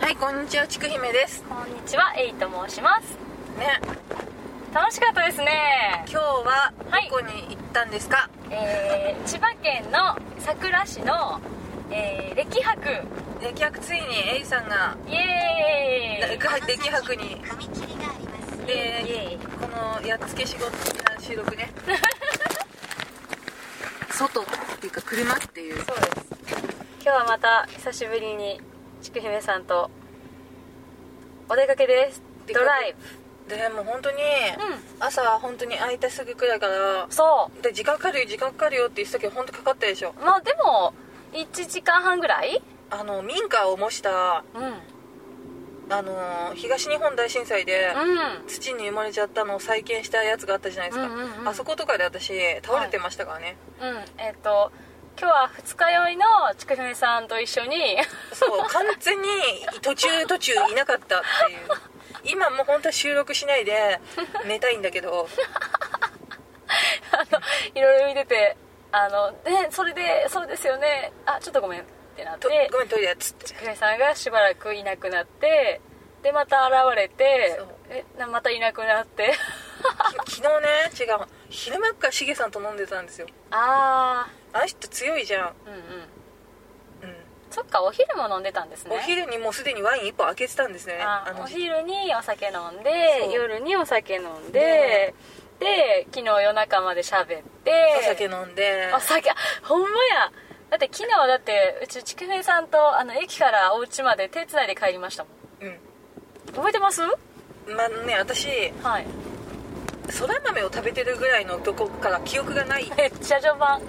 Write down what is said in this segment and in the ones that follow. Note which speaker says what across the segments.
Speaker 1: はいこんにちはちくひめです
Speaker 2: こんにちは、エイと申します。
Speaker 1: ね
Speaker 2: 楽しかったですね。
Speaker 1: 今日は
Speaker 2: はい
Speaker 1: どこに行ったんですか、
Speaker 2: えー、千葉県の佐倉市の、えー、歴博。
Speaker 1: 出来役ついにエイさんが
Speaker 2: イエーイ。
Speaker 1: 出来役に
Speaker 3: 踏切があります
Speaker 2: イエ
Speaker 1: で
Speaker 2: ーイ
Speaker 1: このやっつけ仕事的な収録ね外っていうか車っていう
Speaker 2: そうです。今日はまた久しぶりにちくひめさんとお出かけです。
Speaker 1: 出か
Speaker 2: ド
Speaker 1: け
Speaker 2: ライ
Speaker 1: でもう本当に、
Speaker 2: ブ。うん。
Speaker 1: 朝は本当に空いたすぐくらいから
Speaker 2: そ
Speaker 1: で時間かかるよ時間かかるよって言ってたけど本当かかったでしょ
Speaker 2: う。まあでも1時間半ぐらい。
Speaker 1: あの民家を模した
Speaker 2: うん。うん。
Speaker 1: あの東日本大震災で、土に埋もれちゃったのを再建したやつがあったじゃないですか、
Speaker 2: うんうんうん
Speaker 1: あそことかで私倒れてましたから ね、
Speaker 2: うん。えっ、と今日は二日酔いのちくひめさんと一緒に。
Speaker 1: そう完全に途中途中いなかったっていう今もう本当は収録しないで寝たいんだけど
Speaker 2: いろいろ見ててあの、ね、それでそうですよねあちょっとごめんってなっ
Speaker 1: と
Speaker 2: て
Speaker 1: ごめんトイレっつって
Speaker 2: 久米さんがしばらくいなくなってでまた現れて
Speaker 1: そう
Speaker 2: えなまたいなくなって
Speaker 1: き昨日ね違う昼間っからしげさんと飲んでたんですよ
Speaker 2: あ
Speaker 1: あの人強いじゃん、
Speaker 2: あうんうん
Speaker 1: うん
Speaker 2: そっかお昼も飲んでたんですね
Speaker 1: お昼にもうすでにワイン1本開けてたんですね
Speaker 2: あ
Speaker 1: の
Speaker 2: お昼にお酒飲ん
Speaker 1: そう
Speaker 2: で夜にお酒飲んで
Speaker 1: ね
Speaker 2: で昨日夜中まで喋って
Speaker 1: お酒飲んで
Speaker 2: お酒あほんまやだって昨日はだってうちちくめさんとあの駅からお家まで手つないで帰りましたもん覚えてますは
Speaker 1: うんまあね私
Speaker 2: い
Speaker 1: そら豆を食べてるぐらいのとこから記憶がない
Speaker 2: めっちゃ序 盤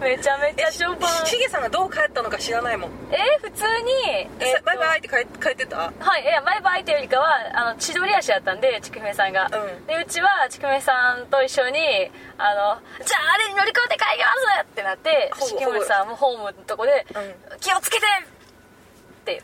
Speaker 2: めちゃめちゃ序盤
Speaker 1: しげさんがどう帰ったのか知らないもん、
Speaker 2: え普通に、
Speaker 1: え
Speaker 2: えっと
Speaker 1: バイバイって帰帰ってた
Speaker 2: はい、いやバイバイっていうよりかはあの千鳥足やったんでちくめさんが、
Speaker 1: うん
Speaker 2: でうちはちくめさんと一緒にあのじゃああれに乗り込んで帰りますってなって
Speaker 1: ほぼ
Speaker 2: ちくめさんもホームのとこで、
Speaker 1: う
Speaker 2: 気をつけてって
Speaker 1: ん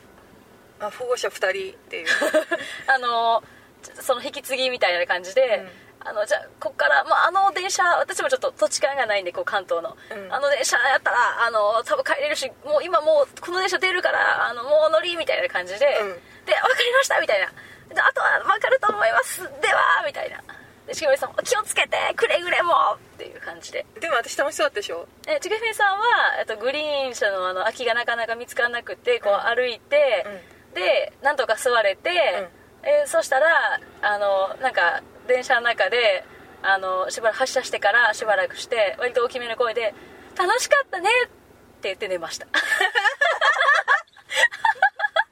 Speaker 1: あ保護者2人って いう
Speaker 2: あのちその引き継ぎみたいな感じで、あのじゃあこっから、まあ、あの電車私もちょっと土地勘がないんでこう関東の、
Speaker 1: うん
Speaker 2: あの電車やったらあの多分帰れるしもう今もうこの電車出るからあのもう乗りみたいな感じで、
Speaker 1: うん
Speaker 2: で分かりましたみたいなであとは分かると思いますではみたいなでちぐみさんも気をつけてくれぐれもっていう感じで
Speaker 1: でも私楽しそうだったでしょ
Speaker 2: えちぐみさんはえっとグリーン車のあの空きがなかなか見つからなくてこう歩いて、でなんとか座れて、えーそしたらあのなんか電車の中であのしばらく発車してからしばらくして割と大きめの声で「楽しかったね」って言って寝ました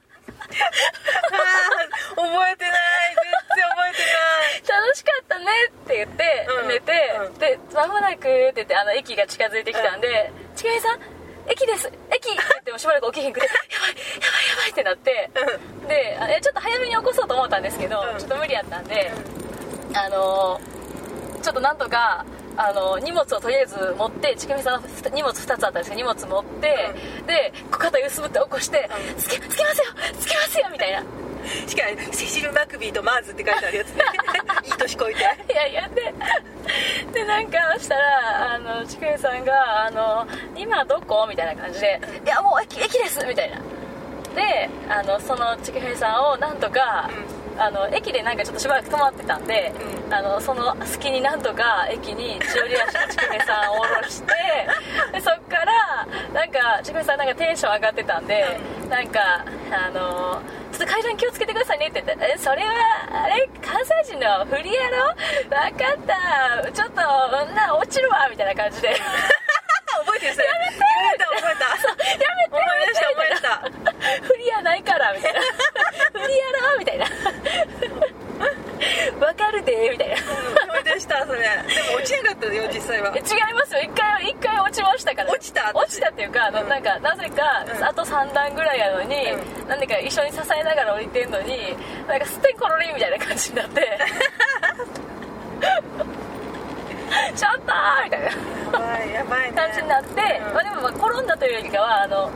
Speaker 1: あー 覚えてない全然覚えてない
Speaker 2: 楽しかったねって言って
Speaker 1: うん
Speaker 2: 寝て、
Speaker 1: うん
Speaker 2: でまもなくって言ってあの駅が近づいてきたんで「ちぐみさん駅です駅!」って言ってもしばらく起きへんくて「や ばいやばいやばい」ってなってであえちょっと早めに起こそうと思ったんですけど、
Speaker 1: うん
Speaker 2: ちょっと無理やったんで、あのーちょっとなんとか、あのー荷物をとりあえず持ってちくみさんのふた荷物2つあったんですけど荷物持って、で肩ゆすぶって起こして「つけつけますよつけますよ」みたいな
Speaker 1: うんしかもセシル・マクビーとマーズって書いてあるやつ ねいい年こいて
Speaker 2: いやいやで でなんかしたらあのちくみさんが「あの今どこ?」みたいな感じで「いやもう駅駅です」みたいなであのそのちくみさんをなんとか、あの駅でなんかちょっとしばらく止まってたんで、あのその隙になんとか駅に千鳥足のちくみさんを下ろしてでそっからなんかちくみさんなんかテンション上がってたんで、なんかあのちょっと階段気をつけてくださいねって言ってえそれはあれ関西人の振りやろ分かったちょっとな落ちるわみたいな感じで や
Speaker 1: あ 覚えてるそれやめて言われた覚えた
Speaker 2: めて
Speaker 1: 思い出した思い出した
Speaker 2: 振りやないからみたいな 振りやろみたいな 分かるでみたいな
Speaker 1: うん思い出したそれでも落ちなかったよ実際は
Speaker 2: え違いますよ一回一回落ちましたから
Speaker 1: 落ちた
Speaker 2: 落ちたっていうかあの、
Speaker 1: うん
Speaker 2: なんかなぜか、
Speaker 1: うん
Speaker 2: あと3段ぐらいやのに、
Speaker 1: う
Speaker 2: なんでか一緒に支えながら降りてんのになんかすってんころりんみたいな感じになって ちょっとーみたいな
Speaker 1: やばいやばいね
Speaker 2: 感じになって、
Speaker 1: うん
Speaker 2: まあ、でもまあ転んだというよりかはあの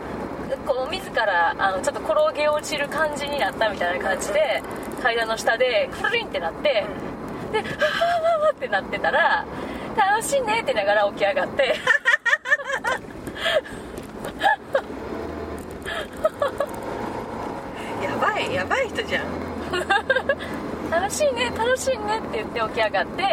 Speaker 2: こう自らあのちょっと転げ落ちる感じになったみたいな感じで階段の下でくるりんってなって、で「わわわわ」ってなってたら「楽しいね」って言いながら起き上がって
Speaker 1: ねやばい人 じゃん
Speaker 2: 楽しいね楽しいねって言って起き上がって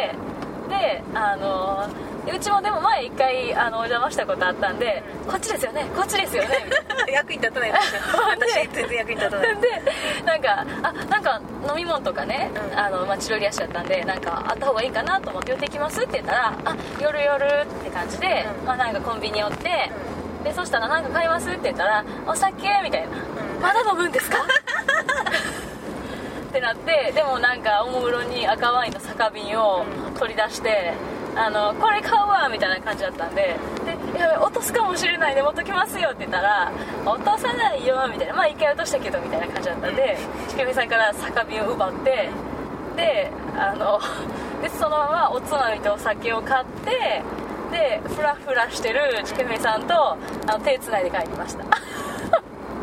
Speaker 2: であのうちもでも前一回あのお邪魔したことあったんで、こっちですよねこっちですよねみたいな
Speaker 1: 役に立たない私 私全然役に立たない
Speaker 2: でなんかあなんか飲み物とかね、
Speaker 1: うん
Speaker 2: あのまあ、千鳥足だったんでなんかあった方がいいかなと思って寄ってきますって言ったら「あ夜夜」って感じで、
Speaker 1: うん
Speaker 2: まあ、なんかコンビニ寄って、でそしたら「なんか買います?」って言ったら「お酒」みたいな「まだ飲むんですか? 」ってなってでもなんかおもむろに赤ワインの酒瓶を取り出して「あのこれ買うわ」みたいな感じだったんで「でやべ落とすかもしれないで持っときますよ」って言ったら「落とさないよ」みたいな「まあ一回落としたけど」みたいな感じだったんでちくみさんから酒瓶を奪ってであのでそのままおつまみとお酒を買ってでフラフラしてるちくみさんとあの手つないで帰りましたあ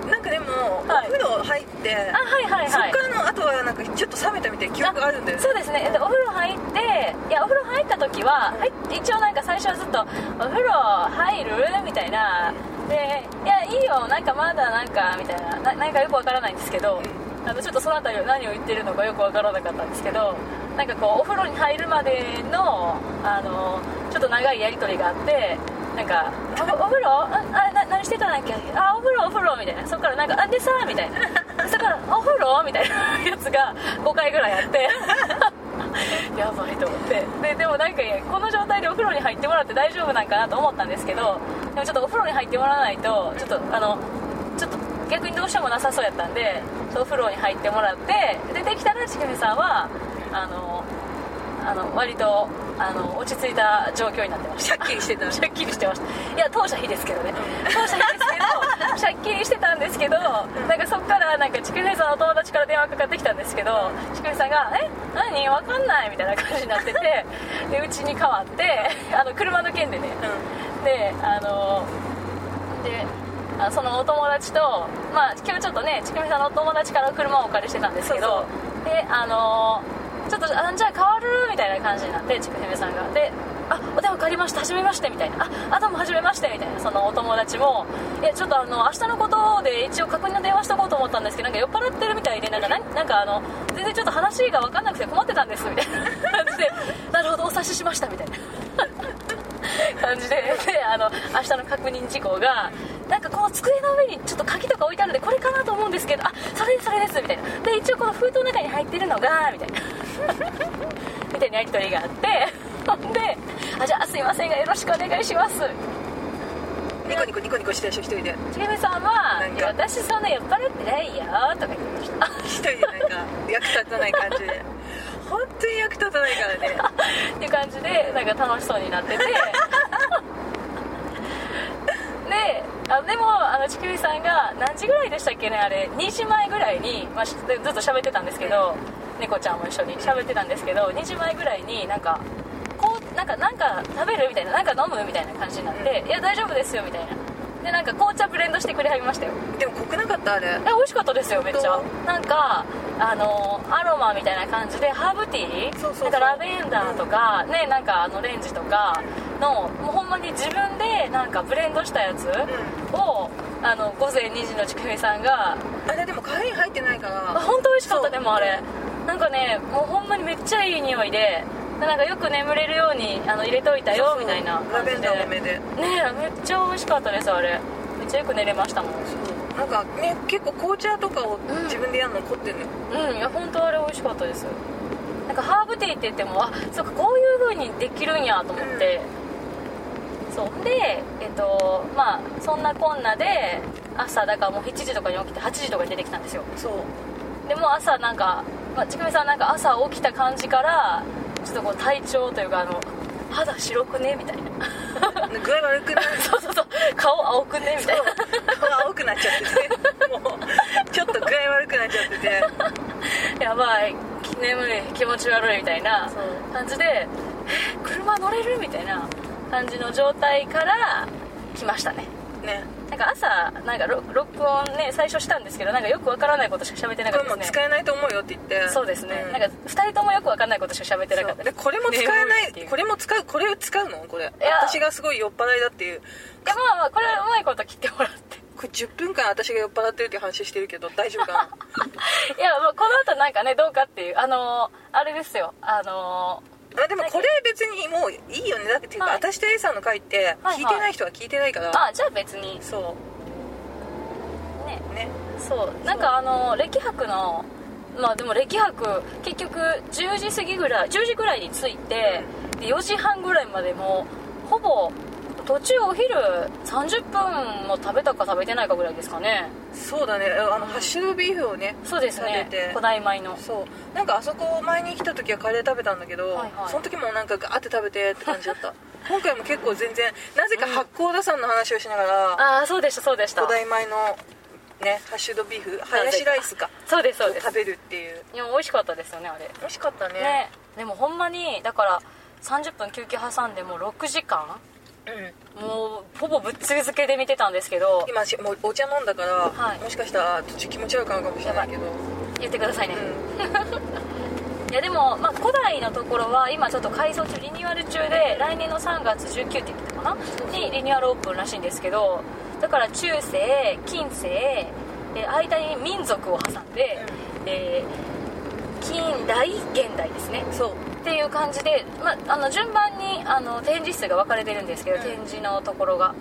Speaker 1: うんなんかでも、
Speaker 2: はい
Speaker 1: お風呂入って
Speaker 2: はいはいはい
Speaker 1: そっ からの後はなんかちょっと冷めたみたいな記憶があるんだよね
Speaker 2: そうですねでお風呂入っていやお風呂入った時は、はい、一応なんか最初はずっと「お風呂入る?」みたいなで「いやいいよなんかまだなんか」みたいなななんかよくわからないんですけどあのちょっとその辺りは何を言ってるのかよくわからなかったんですけどなんかこうお風呂に入るまでのあのちょっと長いやり取りがあってなんか「おお風呂ああな何してたんだっけあお風呂お風呂」みたいなそこからなんか「あでさ」みたいなそこから「お風呂?」みたいなやつが5回ぐらいあって。 やばいと思ってででもなんかこの状態でお風呂に入ってもらって大丈夫なんかなと思ったんですけどでもちょっとお風呂に入ってもらわないとちょっとあのちょっと逆にどうしようもなさそうやったんでちょっとお風呂に入ってもらってでできたらちくみさんはあのあの割とあの落ち着いた状況になってまし
Speaker 1: シ
Speaker 2: た
Speaker 1: ャッキリしてた
Speaker 2: シャッキリしてましたいや当社非ですけどね当社非ですけどシャッキリしてたんですけどなんかそっからなんかちくりさんのお友達から電話かかってきたんですけどちくりさんが「え何わかんない」みたいな感じになっててでうちに変わってあの車の件でね であのであそのお友達とまあ今日ちょっとねちくみさんのお友達から車をお借りしてたんですけどであのちょっとあじゃあ変わるみたいな感じになってちくひめさんがであお電話借りました初めましてみたいなああどうも初めましてみたいなそのお友達もいやちょっとあの明日のことで一応確認の電話しとこうと思ったんですけどなんか酔っ払ってるみたいでなんかなんなんかあの全然ちょっと話が分かんなくて困ってたんですみたいな感じでなるほどお察ししましたみたいな感じでであの明日の確認事項がなんかこの机の上にちょっと鍵とか置いてあるんでこれかなと思うんですけどあそれですそれですみたいなで一応この封筒の中に入ってるのがみたいな みたいなやり取りがあって ほんであじゃあすいませんがよろしくお願いします
Speaker 1: ニコニコニコニコしてたでしょ一人で
Speaker 2: ちぐみさんは
Speaker 1: なんか
Speaker 2: 「いや私そんな酔っ払ってないよ」とか言ってましたあ
Speaker 1: 一人でなんか役立たない感じ で本当に役立たないからね
Speaker 2: っていう感じでなんか楽しそうになっててであでもあのちくみさんが何時ぐらいでしたっけねあれ2時前ぐらいに、まあ、しずっと喋ってたんですけど猫ちゃんも一緒に喋ってたんですけど2時前ぐらいになんかこうなんかなんか食べるみたいななんか飲むみたいな感じになって「いや大丈夫ですよ」みたいなでなんか紅茶ブレンドしてくれはりましたよ
Speaker 1: でも濃くなかったあれ
Speaker 2: え美味しかったですよめっちゃ
Speaker 1: 本
Speaker 2: なんかあのアロマみたいな感じでハーブティー
Speaker 1: そうそうそう
Speaker 2: なんかラベンダーとか、ねなんかあのレンジとかのもうほんまに自分でなんかブレンドしたやつを、あの午前2時のちくみさんが
Speaker 1: あれでもカフェイン入ってないから
Speaker 2: あ本当美味しかっ
Speaker 1: そ
Speaker 2: た
Speaker 1: う
Speaker 2: でもあれなんかねもうほんまにめっちゃいい匂いでなんかよく眠れるようにあの入れといたよみたいな
Speaker 1: ラ
Speaker 2: 感じ
Speaker 1: ベン
Speaker 2: で
Speaker 1: ダー多めで
Speaker 2: ねめっちゃ美味しかったですあれめっちゃよく寝れましたもん
Speaker 1: なんかね結構紅茶とかを自分でやるの凝ってるのよ、
Speaker 2: うんいや本当あれ美味しかったですなんかハーブティーって言ってもあそっかこういう風にできるんやと思って、そうでえっとまあそんなこんなで朝だからもう7時とかに起きて8時とかに出てきたんですよ
Speaker 1: そう
Speaker 2: でもう朝なんか、まあ、ちくみさんなんか朝起きた感じからちょっとこう体調というかあの肌白くねみたいな
Speaker 1: 具合悪くなる
Speaker 2: そうそうそう顔青くねみたいな
Speaker 1: 顔が青くなっちゃっててもうちょっと具合悪くなっちゃってて
Speaker 2: やばい眠い気持ち悪いみたいな
Speaker 1: そう
Speaker 2: 感じでえ「車乗れる?」みたいな感じの状態から来ましたね
Speaker 1: ね
Speaker 2: なんか朝なんかろ録音ね最初したんですけどなんかよくわからないことしか喋ってな
Speaker 1: こ
Speaker 2: かっ
Speaker 1: れ
Speaker 2: た
Speaker 1: も
Speaker 2: です
Speaker 1: 使
Speaker 2: ね
Speaker 1: えないと思うよって言って
Speaker 2: そうですね、
Speaker 1: ん
Speaker 2: なんか2人ともよくわかんないことしか喋ってなかった
Speaker 1: そう
Speaker 2: で
Speaker 1: ですこれも使えな
Speaker 2: 眠って
Speaker 1: いうこれも使うこれ使うのこれ
Speaker 2: や
Speaker 1: 私がすごい酔っ払いだっていう
Speaker 2: いやまあまあこれはうまいこと切ってもらって
Speaker 1: これ10分間私が酔っ払ってるっていう話してるけど大丈夫 か
Speaker 2: いや、まあ、この後なんかねどうかっていうあのーあれですよあの
Speaker 1: なあでもこれ別にもういいよねだってっていうか、
Speaker 2: はい
Speaker 1: 私と A さんの回って
Speaker 2: はいはい
Speaker 1: 聞いてない人は聞いてないから、
Speaker 2: ーあじゃあ別に
Speaker 1: そ
Speaker 2: ね
Speaker 1: うね
Speaker 2: そうなんかあの歴博のまあでも歴博結局10時過ぎぐらい10時ぐらいに着いてで4時半ぐらいまでもうほぼ途中お昼30分も食べたか食べてないかぐらいですかね
Speaker 1: そうだねあの、
Speaker 2: うん
Speaker 1: ハッシュドビーフをね
Speaker 2: そうですね
Speaker 1: 食べて
Speaker 2: 古代米の
Speaker 1: そうなんかあそこ前に来た時はカレー食べたんだけど、
Speaker 2: はいはい
Speaker 1: その時もなんかガーって食べてって感じだった 今回も結構全然なぜか八甲田山の話をしながら
Speaker 2: ああそうでしたそうでした
Speaker 1: 古代米のねハッシュドビーフハヤシライスか
Speaker 2: そうですそうです
Speaker 1: 食べるっていう
Speaker 2: いや美味しかったですよねあれ
Speaker 1: 美味しかったね
Speaker 2: ねでもほんまにだから30分休憩挟んでもう6時間
Speaker 1: うん
Speaker 2: もうほぼぶっ続けで見てたんですけど
Speaker 1: 今しもうお茶飲んだから、
Speaker 2: はい
Speaker 1: もしかしたら途中気持ち悪くなるかもしれないけど
Speaker 2: 言ってくださいね、
Speaker 1: う
Speaker 2: いやでも、まあ、古代のところは今ちょっと改装中リニューアル中で来年の3月19って言ってたかなにリニューアルオープンらしいんですけどだから中世近世え間に民族を挟んで、えー近代現代ですね
Speaker 1: んそう
Speaker 2: っていう感じで、まあ、あの順番にあの展示室が分かれてるんですけど、
Speaker 1: うん
Speaker 2: 展示のところが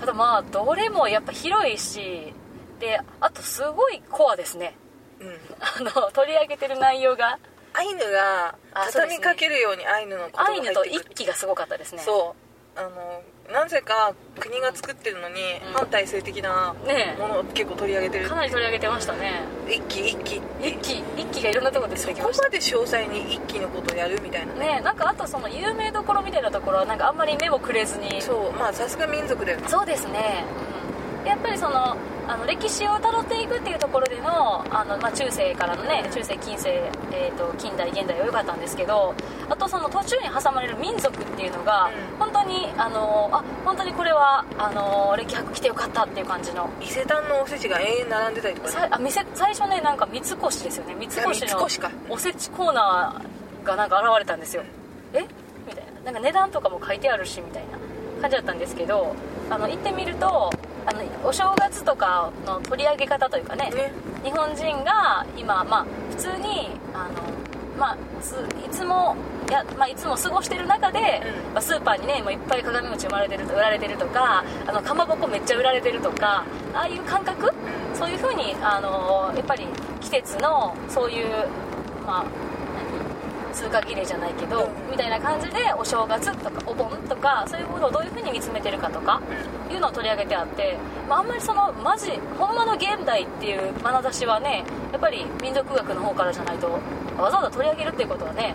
Speaker 2: ただまあどれもやっぱ広いしであとすごいコアですね
Speaker 1: うん
Speaker 2: あの取り上げてる内容が
Speaker 1: アイヌが
Speaker 2: あそう
Speaker 1: 畳
Speaker 2: ですね
Speaker 1: みかけるようにアイヌのことが
Speaker 2: ア
Speaker 1: 入
Speaker 2: イ
Speaker 1: って
Speaker 2: ヌ
Speaker 1: く
Speaker 2: と
Speaker 1: る
Speaker 2: 一揆がすごかったですね
Speaker 1: そうあのなぜか国が作ってるのに
Speaker 2: うん
Speaker 1: 反体制的な
Speaker 2: ね
Speaker 1: ものを結構取り上げて
Speaker 2: え
Speaker 1: る
Speaker 2: かなり取り上げてましたね
Speaker 1: 一期一期
Speaker 2: 一揆一揆がいろんなところで出てき
Speaker 1: こ
Speaker 2: ま
Speaker 1: こ
Speaker 2: した
Speaker 1: まで詳細に一期のことをやるみたいなね
Speaker 2: ねえなんかあとその有名どころみたいなところはなんかあんまり目もくれずに
Speaker 1: そうまあさすが民族だよね
Speaker 2: そうですね、うん、やっぱりそのあの歴史をたどっていくっていうところでのあの、まあ、中世からのね中世近世、えー、と近代現代は良かったんですけどあとその途中に挟まれる民族っていうのが、
Speaker 1: うん
Speaker 2: 本当にあのあ本当にこれはあの歴博来てよかったっていう感じの
Speaker 1: 伊勢丹のおせちが永遠並んでたりとか
Speaker 2: さ
Speaker 1: ね
Speaker 2: いあ店最初ねなんか三越ですよね三越
Speaker 1: あ三越か
Speaker 2: のおせちコーナーがなんか現れたんですよえみたいななんか値段とかも書いてあるしみたいな感じだったんですけどあの行ってみるとあのお正月とかの取り上げ方というかね
Speaker 1: ね
Speaker 2: 日本人が今、まあ、普通にあの、まあ、ついつもいや、まあ、いつも過ごしてる中で、
Speaker 1: うん
Speaker 2: まあ、スーパーにねもういっぱい鏡餅生まれてると売られてるとかあのかまぼこめっちゃ売られてるとかああいう感覚そういうふうにあのやっぱり季節のそういう、まあ、何通過儀礼じゃないけど、
Speaker 1: うん
Speaker 2: みたいな感じでお正月とかお盆とかそういうものをどういうふうに見つめてるかとかいうのを取り上げてあって、まあ、あんまりそのマジほんまの現代っていう眼差しはねやっぱり民族学の方からじゃないとわざわざ取り上げるっていうことはね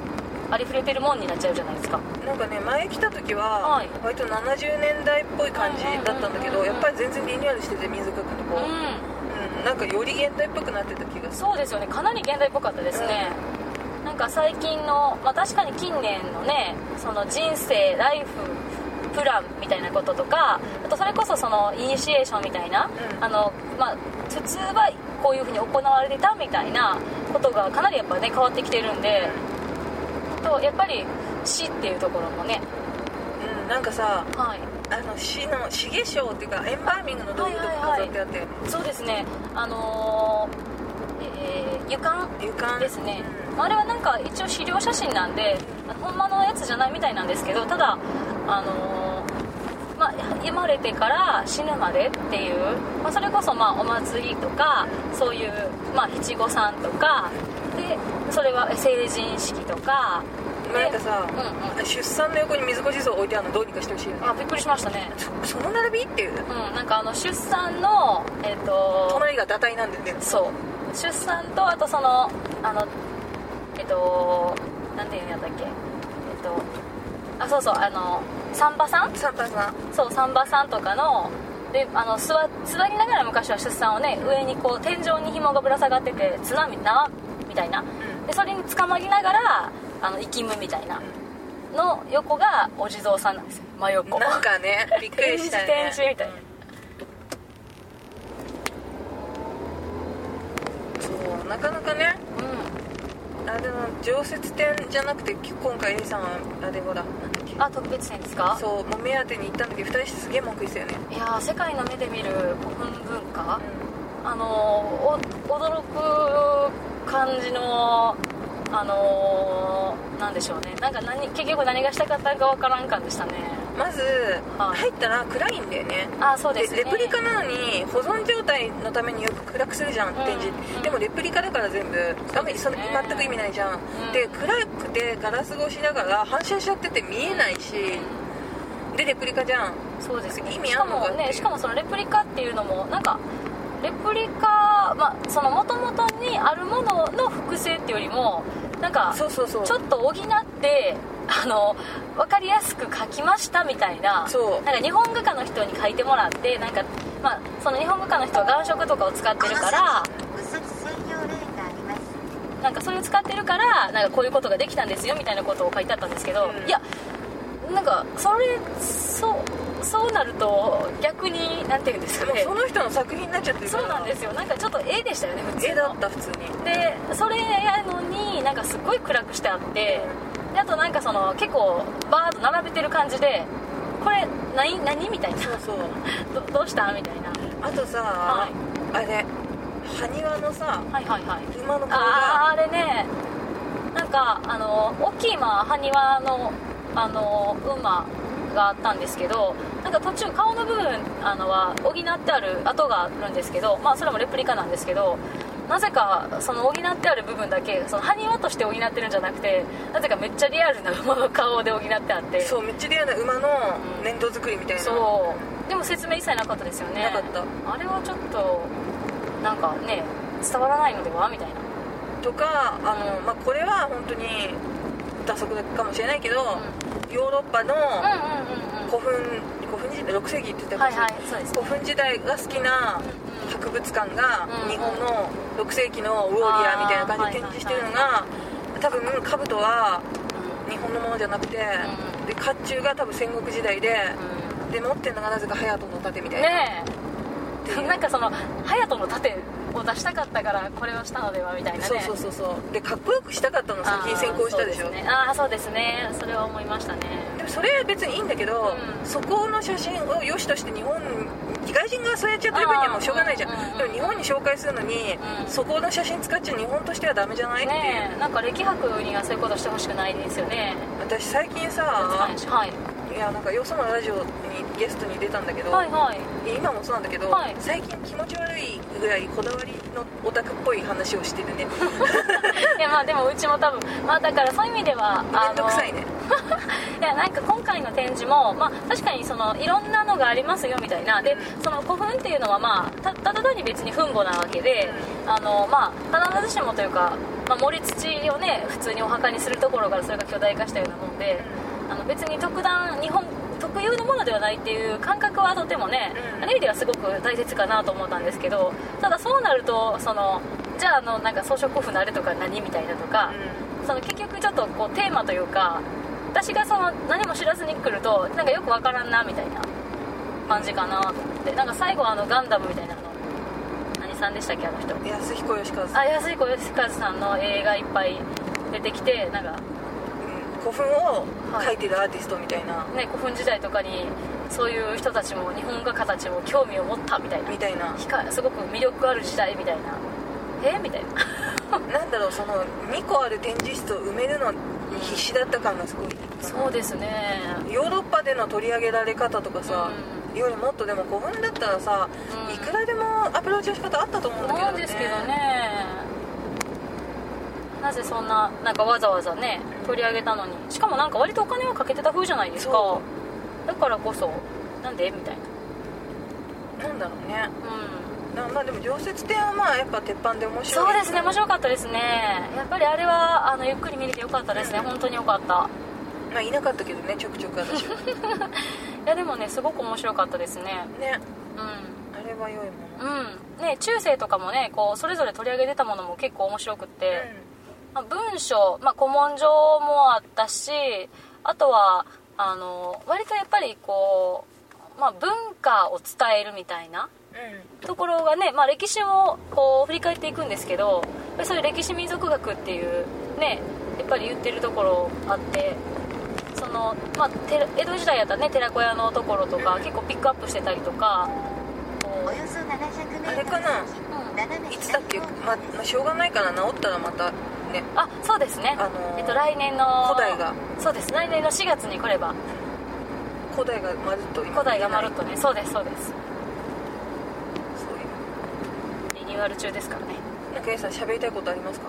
Speaker 2: ありふれてるもんになっちゃうじゃないですか
Speaker 1: なんかね前来た時
Speaker 2: は
Speaker 1: はい割と70年代っぽい感じだったんだけ
Speaker 2: うんうん
Speaker 1: ど
Speaker 2: うんうん
Speaker 1: やっぱり全然リニューアルしてて民族学のと
Speaker 2: う
Speaker 1: こ、
Speaker 2: ん
Speaker 1: うん、なんかより現代っぽくなってた気がする
Speaker 2: そうですよねかなり現代っぽかったですね、なんか最近の、まあ、確かに近年のねその人生ライフプランみたいなこととかあとそれこそそのイニシエーションみたいな、
Speaker 1: うん
Speaker 2: あのまあ、普通はこういうふうに行われてたみたいなことがかなりやっぱね変わってきてるんでとやっぱり死っていうところもね
Speaker 1: うん、なんかさ
Speaker 2: はい
Speaker 1: あの市の市化粧っていうかエンバーミングの道具とか飾ってあって、
Speaker 2: そうですねあのーえー、床
Speaker 1: 床
Speaker 2: ですね、
Speaker 1: うん
Speaker 2: まああれはなんか一応資料写真なんであのほんまのやつじゃないみたいなんですけどただあのーまあ、生まれてから死ぬまでっていう、まあ、それこそまあお祭りとかそういうまあ七五三とかでそれは成人式とか
Speaker 1: まあなんかさ
Speaker 2: うんうん
Speaker 1: 出産の横に水越地蔵置いてあるのどうにかしてほしいよね
Speaker 2: あびっくりしましたね
Speaker 1: そその並びっていう
Speaker 2: うんなんかあの出産のえっ、と
Speaker 1: 隣が堕胎なんだよね
Speaker 2: そう出産とあとそのあのえっとなんていうんやったっけえっとあそうそうあのサンバさん
Speaker 1: 三番さん
Speaker 2: そうサンバさんとかのであの座座りながら昔は出産をね上にこう天井に紐がぶら下がってて津波なみたいな
Speaker 1: うん
Speaker 2: でそれに捕まりながらあの生きむみたいなの横がお地蔵さんなんですよ真横
Speaker 1: なんかねびっくりしたよね
Speaker 2: 展示展示みたいな
Speaker 1: そうなかなかね
Speaker 2: うん
Speaker 1: ああでも常設展じゃなくて今回 A さんはあれほらなんだっけ
Speaker 2: あ特別展ですか
Speaker 1: そうもう目当てに行ったんだけど2人してすげえ文句言ってたよね
Speaker 2: いやー世界の目で見る古墳文化あのーお驚く感じのあのーなんでしょうねなんか何結局何がしたかったかわからん感じでしたね
Speaker 1: まず
Speaker 2: はい
Speaker 1: 入ったら暗いんだよね
Speaker 2: あそうですね
Speaker 1: レプリカなのに保存状態のためによく暗くするじゃん
Speaker 2: うん
Speaker 1: 展示、でもレプリカだから全部画面にその
Speaker 2: そうですね
Speaker 1: 全く意味ないじゃん、
Speaker 2: ん
Speaker 1: で暗くてガラス越しだから反射しちゃってて見えないし、でレプリカじゃん
Speaker 2: そうですね
Speaker 1: 意味
Speaker 2: し
Speaker 1: あ
Speaker 2: か
Speaker 1: んの
Speaker 2: も
Speaker 1: かってい
Speaker 2: ね
Speaker 1: う
Speaker 2: しかもそのレプリカっていうのもなんかレプリカまあその元々にあるものの複製っていうよりもなんか
Speaker 1: そうそうそう
Speaker 2: ちょっと補ってあの分かりやすく描きましたみたいな
Speaker 1: そう
Speaker 2: なんか日本画家の人に描いてもらってなんか、まあ、その日本画家の人は岩色とかを使ってるから
Speaker 3: 右折専用レーンがあります
Speaker 2: なんかそれを使ってるからなんかこういうことができたんですよみたいなことを書いてあったんですけど、
Speaker 1: うん
Speaker 2: いやなんかそれそうそうなると逆になんていうんですか
Speaker 1: もう
Speaker 2: ね
Speaker 1: その人の作品になっちゃってるか
Speaker 2: そ
Speaker 1: ら
Speaker 2: うなんですよなんかちょっと絵でしたよね普通の
Speaker 1: 絵だった普通に
Speaker 2: でそれやのになんかすっごい暗くしてあってであとなんかその結構バーッと並べてる感じでこれ何何みたいな
Speaker 1: そうそう
Speaker 2: どどうしたみたいな
Speaker 1: あとさ、
Speaker 2: は
Speaker 1: あれ埴輪のさ
Speaker 2: はいはいはい
Speaker 1: 馬の顔が
Speaker 2: あーあれねなんかあの大きいまあ埴輪のあの馬があったんですけどなんか途中顔の部分あのは補ってある跡があるんですけどまあそれもレプリカなんですけどなぜかその補ってある部分だけその埴輪として補ってるんじゃなくてなぜかめっちゃリアルな馬の顔で補ってあって
Speaker 1: そうめっちゃレアな馬の粘土作りみたいな、
Speaker 2: そうでも説明一切なかったですよね
Speaker 1: なかった
Speaker 2: あれはちょっとなんかね伝わらないのではみたいな
Speaker 1: とかあの、まあ、これは本当に打足かもしれないけど、ヨーロッパの
Speaker 2: うんうんうんうん
Speaker 1: 古墳古墳時代6世紀って言ってたか
Speaker 2: はい
Speaker 1: し
Speaker 2: はいそうです
Speaker 1: 古墳時代が好きな博物館が
Speaker 2: うん
Speaker 1: 日本の6世紀のウォーリアーみたいな感じで展示してるのが多分兜は日本のものじゃなくて
Speaker 2: うん
Speaker 1: で甲冑が多分戦国時代でで持ってんのがなぜか隼人の盾みたいな、
Speaker 2: ねえ なんかその隼人の盾を出したかったからこれをしたのではみたいなね
Speaker 1: そうそうそうそうでかっこよくしたかったの
Speaker 2: あー
Speaker 1: 先に先行したでしょ
Speaker 2: そうすねああそうですねそれは思いましたね
Speaker 1: でもそれは別にいいんだけど、
Speaker 2: うん
Speaker 1: そこの写真を良しとして日本外人がそうやっちゃってる分にはもうしょうがないじゃん、
Speaker 2: あー
Speaker 1: でも日本に紹介するのに、
Speaker 2: うん
Speaker 1: そこの写真使っちゃ日本としてはダメじゃないっていう、
Speaker 2: ねえなんか歴博にはそういうことしてほしくないですよね
Speaker 1: 私最近
Speaker 2: は
Speaker 1: さ
Speaker 2: いはい
Speaker 1: いやなんかよそのラジオにゲストに出たんだけど、
Speaker 2: はいはい
Speaker 1: 今もそうなんだけど、
Speaker 2: はい
Speaker 1: 最近気持ち悪いぐらいこだわりのオタクっぽい話をしてるね
Speaker 2: いやまあでもうちも多分まあだからそういう意味では
Speaker 1: め
Speaker 2: あ
Speaker 1: んど
Speaker 2: の
Speaker 1: くさいね
Speaker 2: いやなんか今回の展示も、まあ、確かにそのいろんなのがありますよみたいなでその古墳っていうのは、まあ、たただ単に別に墳墓なわけで、あのまあ、必ずしもというか、まあ、盛り土をね普通にお墓にするところからそれが巨大化したようなもんで、あの別に特段日本特有のものではないっていう感覚はとてもね、
Speaker 1: うん
Speaker 2: ある意味ではすごく大切かなと思ったんですけどただそうなるとそのじゃああのなんか装飾古墳のあれとか何みたいなとか。その結局ちょっとこうテーマというか私がその何も知らずに来るとなんかよくわからんなみたいな感じかなと思ってなんか最後あのガンダムみたいなの何さんでしたっけあの人
Speaker 1: うん安彦義和さん、
Speaker 2: あ安彦義和さんの映画いっぱい出てきてなんか
Speaker 1: うん古墳を描いてるアーティストみたいな、
Speaker 2: ね古墳時代とかにそういう人たちも日本画家たちも興味を持ったみたいな
Speaker 1: みたいな
Speaker 2: ひかすごく魅力ある時代みたいなえみたいな
Speaker 1: なんだろうその2個ある展示室を埋めるのに必死だった感がすごい
Speaker 2: そうですね
Speaker 1: ヨーロッパでの取り上げられ方とかさ、
Speaker 2: う
Speaker 1: よりもっとでも古墳だったらさ、
Speaker 2: うん
Speaker 1: いくらでもアプローチの仕方あったと思うんだけど
Speaker 2: 思うんですけどねなぜそんななんかわざわざね取り上げたのにしかもなんか割とお金はかけてた風じゃないですか
Speaker 1: そ
Speaker 2: だからこそなんでみたいな
Speaker 1: なんだろうね
Speaker 2: うん
Speaker 1: なまあでも常設展はまあやっぱ鉄板で面白い
Speaker 2: そうですね面白かったですねやっぱりあれはあのゆっくり見れてよかったですね
Speaker 1: うん
Speaker 2: 本当によかった
Speaker 1: まあいなかったけどねちょくちょく私 は
Speaker 2: いやでもねすごく面白かったですね
Speaker 1: ね
Speaker 2: うん
Speaker 1: あれは良いもの、
Speaker 2: うんね、中世とかもねこうそれぞれ取り上げてたものも結構面白くって、まあ文章、まあ、古文書もあったしあとはあの割とやっぱりこう、まあ、文化を伝えるみたいな
Speaker 1: う
Speaker 2: ところがね、まあ、歴史もこう振り返っていくんですけどやっぱりそういう歴史民俗学っていうねやっぱり言ってるところあってその、まあ、て江戸時代やったらね寺子屋のところとか結構ピックアップしてたりとかこ
Speaker 3: お
Speaker 2: う
Speaker 3: よそ700メ
Speaker 1: あ
Speaker 3: ー
Speaker 1: れ
Speaker 3: トル
Speaker 1: かな
Speaker 3: 斜め
Speaker 1: いつだっけ、まあまあ、しょうがないから治ったらまたね
Speaker 2: あそうですね、
Speaker 1: あのー
Speaker 2: えっと、来年の
Speaker 1: 古代が
Speaker 2: そうです来年の4月に来れば
Speaker 1: 古代がまるっと今
Speaker 2: 古代がまるっとねそうですそうです
Speaker 1: そういう
Speaker 2: リニューアル中ですからね
Speaker 1: なんか A さん喋りたいことありますか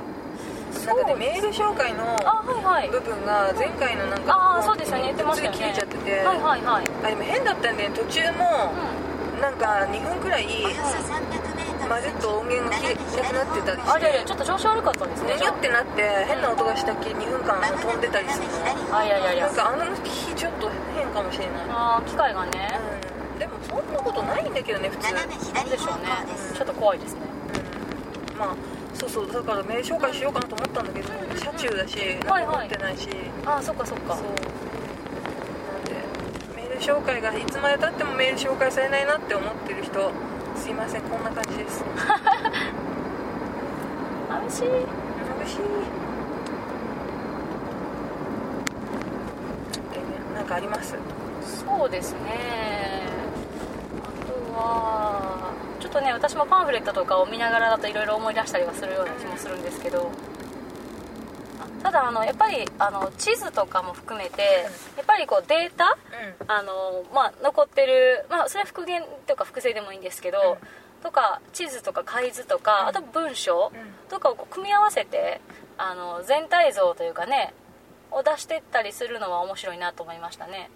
Speaker 2: す
Speaker 1: なんかでメール紹介の
Speaker 2: あはいはい
Speaker 1: 部分が前回のなんか
Speaker 2: ああそうですよね言ってましたよ
Speaker 1: つい切れ
Speaker 2: ね
Speaker 1: ちゃってて、
Speaker 2: はいはいはい、
Speaker 1: あでも変だったんで途中
Speaker 2: う
Speaker 1: も
Speaker 2: ん
Speaker 1: なんか2分くらい
Speaker 3: およそ300メートル
Speaker 1: まるっと音源が切れなくなってたり
Speaker 2: あ
Speaker 1: し
Speaker 2: れあ
Speaker 1: て
Speaker 2: れちょっと調子悪かったですね
Speaker 1: ねぎゅってなって変な音がしたっけ2分間飛んでたりするの
Speaker 2: あいやいやいや
Speaker 1: なんかあの日ちょっと変かもしれない、
Speaker 2: あー機械がね
Speaker 1: うん、でもそんなことないんだけどね普通、
Speaker 3: 斜め
Speaker 2: なん
Speaker 3: 左
Speaker 2: でしょ
Speaker 3: 方
Speaker 2: うね
Speaker 3: 向です
Speaker 2: ちょっと怖いですね
Speaker 1: うん、まあそうそうだから名紹介しようかなと思ったんだけど
Speaker 2: うん
Speaker 1: 車中だし
Speaker 2: は
Speaker 1: 何
Speaker 2: い
Speaker 1: も持
Speaker 2: はい
Speaker 1: ってないし、
Speaker 2: あーそっかそっか
Speaker 1: そうなんでメール紹介がいつまでたってもメール紹介されないなって思ってる人すいませんこんな感じです
Speaker 2: 寂し
Speaker 1: 眩
Speaker 2: い
Speaker 1: しいえなんかあります
Speaker 2: そうですねあとはちょっとね私もパンフレットとかを見ながらだといろいろ思い出したりはするような気もするんですけどあただあのやっぱりあの地図とかも含めてやっぱりこうデータ
Speaker 1: う
Speaker 2: あのまあ、残ってる、まあ、それは復元とか複製でもいいんですけど、とか地図とか海図とか、
Speaker 1: うん
Speaker 2: あと文章
Speaker 1: んうん
Speaker 2: とかをこう組み合わせてあの全体像というかねを出してったりするのは面白いなと思いましたね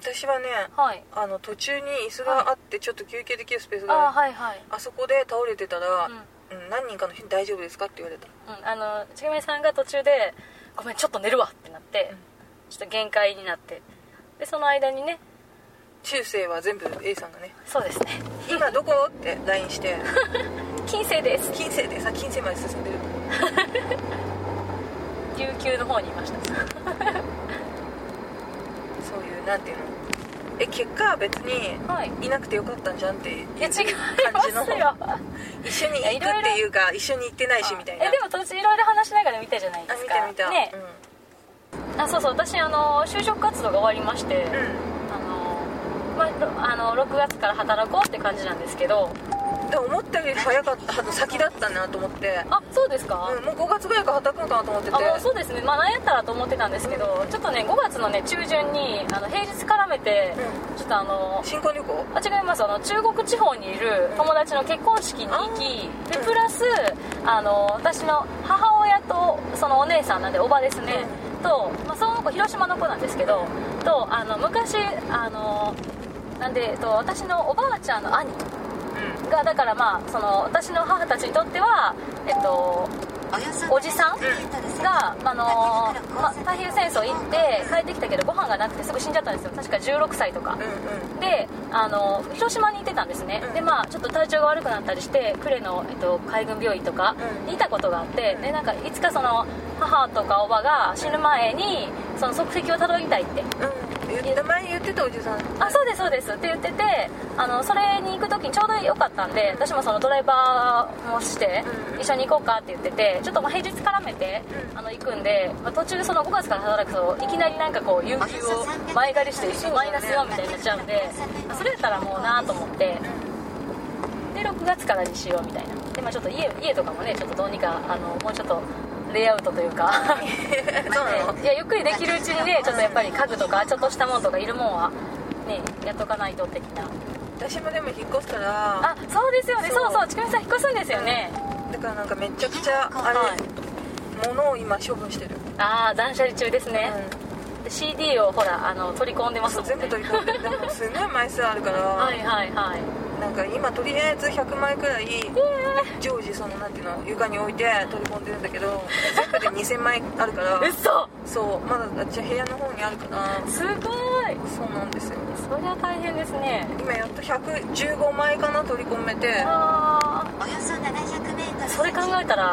Speaker 1: 私はね
Speaker 2: はい
Speaker 1: あの途中に椅子があってちょっと休憩できるスペース
Speaker 2: あ
Speaker 1: が
Speaker 2: あ
Speaker 1: ある
Speaker 2: はいはい、
Speaker 1: あそこで倒れてたら
Speaker 2: うん、
Speaker 1: うん、何人かの人に大丈夫ですかって言われた
Speaker 2: うん、あのちぐみさんが途中で「ごめんちょっと寝るわ」ってなって、
Speaker 1: うん
Speaker 2: ちょっと限界になってでその間にね
Speaker 1: 中世は全部 A さんがね
Speaker 2: そうですね
Speaker 1: 「今どこ?」って LINE して
Speaker 2: 金星です
Speaker 1: 「近世でさ近世まで進んでる
Speaker 2: 琉球の方にいました」
Speaker 1: そういうなんていうのえ結果別に
Speaker 2: はい
Speaker 1: いなくてよかったんじゃんっていう
Speaker 2: いや違い
Speaker 1: 感じの
Speaker 2: ますよ
Speaker 1: 一緒に
Speaker 2: いや
Speaker 1: 行
Speaker 2: い
Speaker 1: く
Speaker 2: ろいろ
Speaker 1: っていうか一緒に行ってないしみたいな
Speaker 2: えでも途中いろいろ話しながら見たじゃないで
Speaker 1: あ
Speaker 2: す
Speaker 1: 見
Speaker 2: か
Speaker 1: た見た、
Speaker 2: ね
Speaker 1: うん、
Speaker 2: あそうそう私あの就職活動が終わりまして、
Speaker 1: う
Speaker 2: あのまあろあの6月から働こうって感じなんですけど
Speaker 1: ん、でも思ったより早かったあの先だったなと思って、
Speaker 2: あそうですか、
Speaker 1: うん、もう5月ぐらいから働くのかなと思ってて
Speaker 2: あもうそうですねまあ何やったらと思ってたんですけど、ちょっとね5月のね中旬にあの平日絡めて、
Speaker 1: う
Speaker 2: ちょっとあの
Speaker 1: 新婚旅行
Speaker 2: あ違いますあの中国地方にいる友達の結婚式に行き、で
Speaker 1: うん
Speaker 2: プラスあの私の母親とそのお姉さんなんでおばですね、と、まあ、その子広島の子なんですけどとあの昔あのなんで、えっと、私のおばあちゃんの兄
Speaker 1: う
Speaker 2: がだからまあその私の母たちにとってはえっとおじさんが、あのまあ、太平洋戦争行って帰ってきたけどご飯がなくてすぐ死んじゃったんですよ確か16歳とか、
Speaker 1: んうん
Speaker 2: であの広島に行ってたんですね、
Speaker 1: うん
Speaker 2: でまあちょっと体調が悪くなったりして呉の、えっと、海軍病院とか
Speaker 1: うん
Speaker 2: にいたことがあって、
Speaker 1: うん
Speaker 2: でなんかいつかその母とかおばが死ぬ前にその足跡をたどりたいっ
Speaker 1: う
Speaker 2: て
Speaker 1: んうん言った前言ってたおじさん
Speaker 2: あそうですそうですって言っててあのそれに行く時にちょうど良かったんで私もそのドライバーもして
Speaker 1: うん
Speaker 2: 一緒に行こうかって言っててちょっとまあ平日絡めて
Speaker 1: うん
Speaker 2: あの行くんで、まあ、途中その5月から働くといきなりなんかこう有給を前借りしてマイナス4みたいになっちゃうんであそれやったらもうなと思ってで6月からにしようみたいなで、まあ、ちょっと家家とかもねちょっとどうにかあのもうちょっとレイアウトというか
Speaker 1: そうなの
Speaker 2: いやゆっくりできるうちにねちょっとやっぱり家具とかちょっとしたものとかいるもんはねやっとかないと的な
Speaker 1: 私もでも引っ越したら
Speaker 2: あそうですよね
Speaker 1: そ
Speaker 2: そううそうちくみさん引っ越すんですよね、
Speaker 1: だからなんかめちゃくちゃあれ、
Speaker 2: はい
Speaker 1: 物を今処分してる、
Speaker 2: ああ断捨離中ですね、で CD をほらあの取り込んで
Speaker 1: うん、
Speaker 2: ます
Speaker 1: そ
Speaker 2: も
Speaker 1: うん
Speaker 2: ね
Speaker 1: 全部取り込んででもすごい枚数あるから、
Speaker 2: はいはいはい
Speaker 1: なんか今とりあえず100枚くらい常時そのなんていうの床に置いて取り込んでるんだけど全部で2000枚あるから
Speaker 2: うっそ
Speaker 1: そうまだあっち部屋の方にあるから
Speaker 2: すごい
Speaker 1: そうなんですよ
Speaker 2: そりゃ大変ですね
Speaker 1: 今やっと115枚かな取り込めて
Speaker 2: ああ
Speaker 3: およそ700メートル
Speaker 2: それ考えたら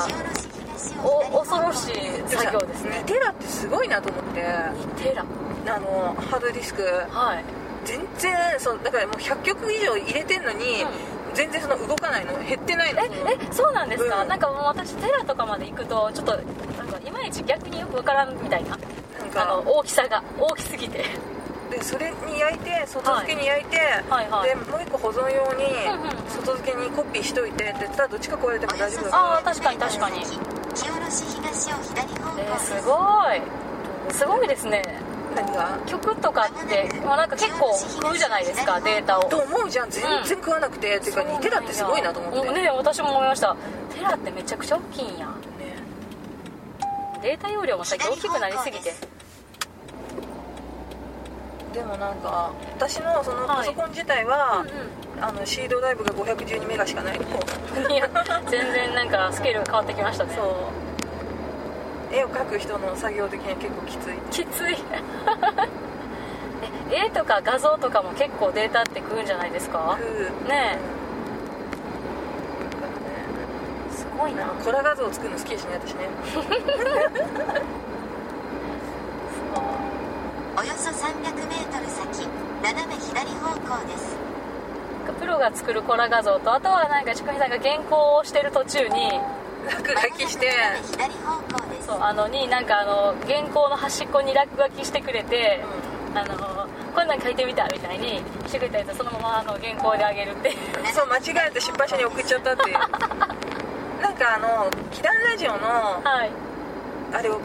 Speaker 2: お恐ろしい作業ですね
Speaker 1: 2テラってすごいなと思って
Speaker 2: テラ
Speaker 1: あのハードディスク
Speaker 2: はい
Speaker 1: 全然そうだからもう100曲以上入れてんのに、
Speaker 2: うん
Speaker 1: 全然その動かないの減ってないの
Speaker 2: ええそうなんですか、
Speaker 1: うん
Speaker 2: なんかもう私テラとかまで行くとちょっとなんかいまいち逆によくわからんみたいな
Speaker 1: なん
Speaker 2: あの
Speaker 1: か
Speaker 2: 大きさが大きすぎ て
Speaker 1: でそれに焼いて外付けに焼いて、
Speaker 2: はいはい
Speaker 1: でもう一個保存用に
Speaker 2: うんうん
Speaker 1: 外付けにコピーしといてって言ったらどっちか壊れても大丈夫だ
Speaker 2: あ
Speaker 1: か
Speaker 2: ー確かに確かに
Speaker 3: 木下ろし東を左方向
Speaker 2: えー
Speaker 3: ですす
Speaker 2: ごいすごいですね
Speaker 1: ら何が
Speaker 2: 曲とかって、まあ、なんか結構食うじゃないですかデータを
Speaker 1: と思うじゃん全然食わなくて、っていうか似てたってすごいなと思って、
Speaker 2: うんね私も思いましたテラってめちゃくちゃ大きいんや
Speaker 1: ね
Speaker 2: データ容量も最近大きくなりすぎて
Speaker 1: でもなんか私のそのパソコン自体は、あの C ドライブが512メガしかないの
Speaker 2: うんうんいや全然なんかスケールが変わってきましたね
Speaker 1: そう絵を描く人の作業的には結構きつい
Speaker 2: きつい え絵とか画像とかも結構データって食うんじゃないですかねえすごいな
Speaker 1: コラ画像を作るの好きですね私ね
Speaker 3: およそ300メートル先斜め左方向です
Speaker 2: なんかプロが作るコラ画像とあとはなんかちくひさんが原稿をしてる途中に
Speaker 1: 落書きして
Speaker 3: 斜め左方向です
Speaker 2: そうあのになんかあの原稿の端っこに落書きしてくれて、あのこんなん書いてみたみたいにしてくれたやつをそのままあの原稿であげるっていう
Speaker 1: そう間違えて失敗者に送っちゃった っていうなんかあの「祈願ラジオ」の
Speaker 2: はい
Speaker 1: あれを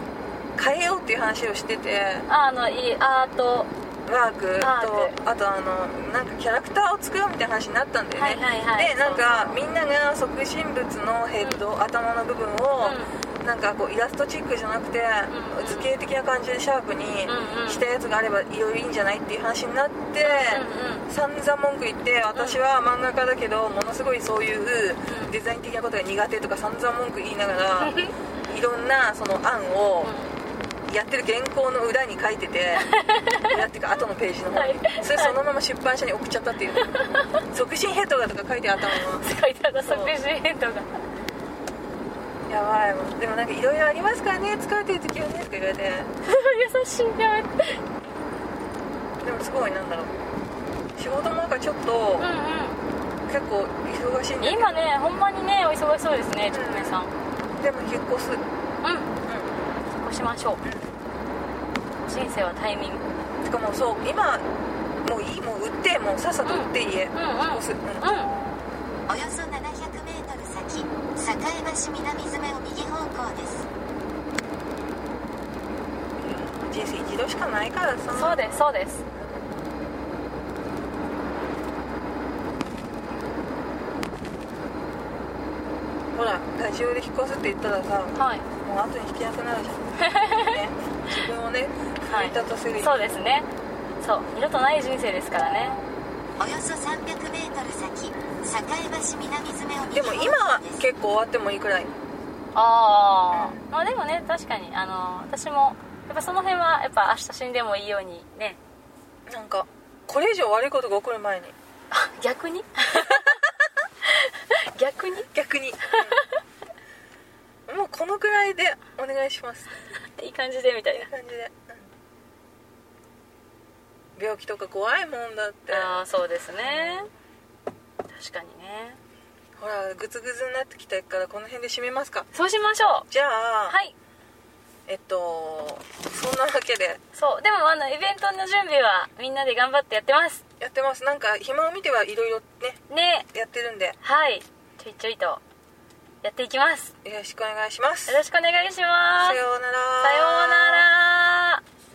Speaker 1: 変えようっていう話をしてて
Speaker 2: ああのいいアート
Speaker 1: ワーク
Speaker 2: アー
Speaker 1: とあとあのなんかキャラクターを作ろうみたいな話になったんだよね、
Speaker 2: はいはいはい
Speaker 1: でなんかみんなが即身仏のヘッド、頭の部分を、なんかこうイラストチックじゃなくて、
Speaker 2: うん
Speaker 1: 図形的な感じでシャープに
Speaker 2: うんうん
Speaker 1: したやつがあればいよいよいいんじゃないっていう話になって、
Speaker 2: うんうん
Speaker 1: 散々文句言って私は漫画家だけどものすごいそういう
Speaker 2: うん
Speaker 1: デザイン的なことが苦手とか散々文句言いながらいろんなその案をやってる原稿の裏に書いて て裏っていうか後のページの方に、
Speaker 2: はい
Speaker 1: それそのまま出版社に送っちゃったっていう促進ヘッドがとか書いてあったのは
Speaker 2: 書いてあった作詞とか
Speaker 1: やばいもんでもなんかいろいろありますからね疲れてる時はねとか言われて
Speaker 2: 優しいやめて
Speaker 1: でもすごいなんだろう仕事もなんかちょっと
Speaker 2: うん
Speaker 1: 結構忙しいんだけ
Speaker 2: うん
Speaker 1: ど
Speaker 2: 今ねほんまにねお忙しそうですねちくめさん
Speaker 1: でも引っ越す、
Speaker 2: うん
Speaker 1: う
Speaker 2: こうしましょう人生はタイミング
Speaker 1: ん、てかもうそう今もういいもう売ってもうさっさと売って家、
Speaker 2: うんうん
Speaker 1: 引っ越す、うん
Speaker 2: う
Speaker 3: およそ700メートル先栄橋南詰を右方向です
Speaker 1: 人生一度しかないからさ
Speaker 2: んそうですそうです
Speaker 1: ほらラジオで引っ越すって言ったらさ
Speaker 2: はい
Speaker 1: もう後に引けなくなるじゃん、ね、自分をね奮い立たせる、
Speaker 2: そうですねそう二度とない人生ですからね
Speaker 3: およそ300メートル先栄橋南詰を右
Speaker 1: で
Speaker 3: 方
Speaker 1: も
Speaker 3: 向
Speaker 1: 今は
Speaker 3: です
Speaker 1: 結構終わってもいいくらい
Speaker 2: ああ、まあでもね確かにあの私もやっぱその辺はやっぱ明日死んでもいいようにね
Speaker 1: なんかこれ以上悪いことが起こる前に
Speaker 2: あ逆に 逆に
Speaker 1: 逆 に、うんもうこのくらいでお願いします
Speaker 2: いい感じでみたい
Speaker 1: いい感じで、うん病気とか怖いもんだって
Speaker 2: なああそうですね確かにね
Speaker 1: ほらグツグツになってきたからこの辺で締めますか
Speaker 2: そうしましょう
Speaker 1: じゃあ、
Speaker 2: はい
Speaker 1: えっとそんなわけで
Speaker 2: そうでもあのイベントの準備はみんなで頑張ってやってます
Speaker 1: やってますなんか暇を見てはいろいろね
Speaker 2: ね
Speaker 1: やってるんで
Speaker 2: はいちょいちょいとやっていきます
Speaker 1: よろしくお願いします
Speaker 2: よろしくお願いします
Speaker 1: さようなら
Speaker 2: さようなら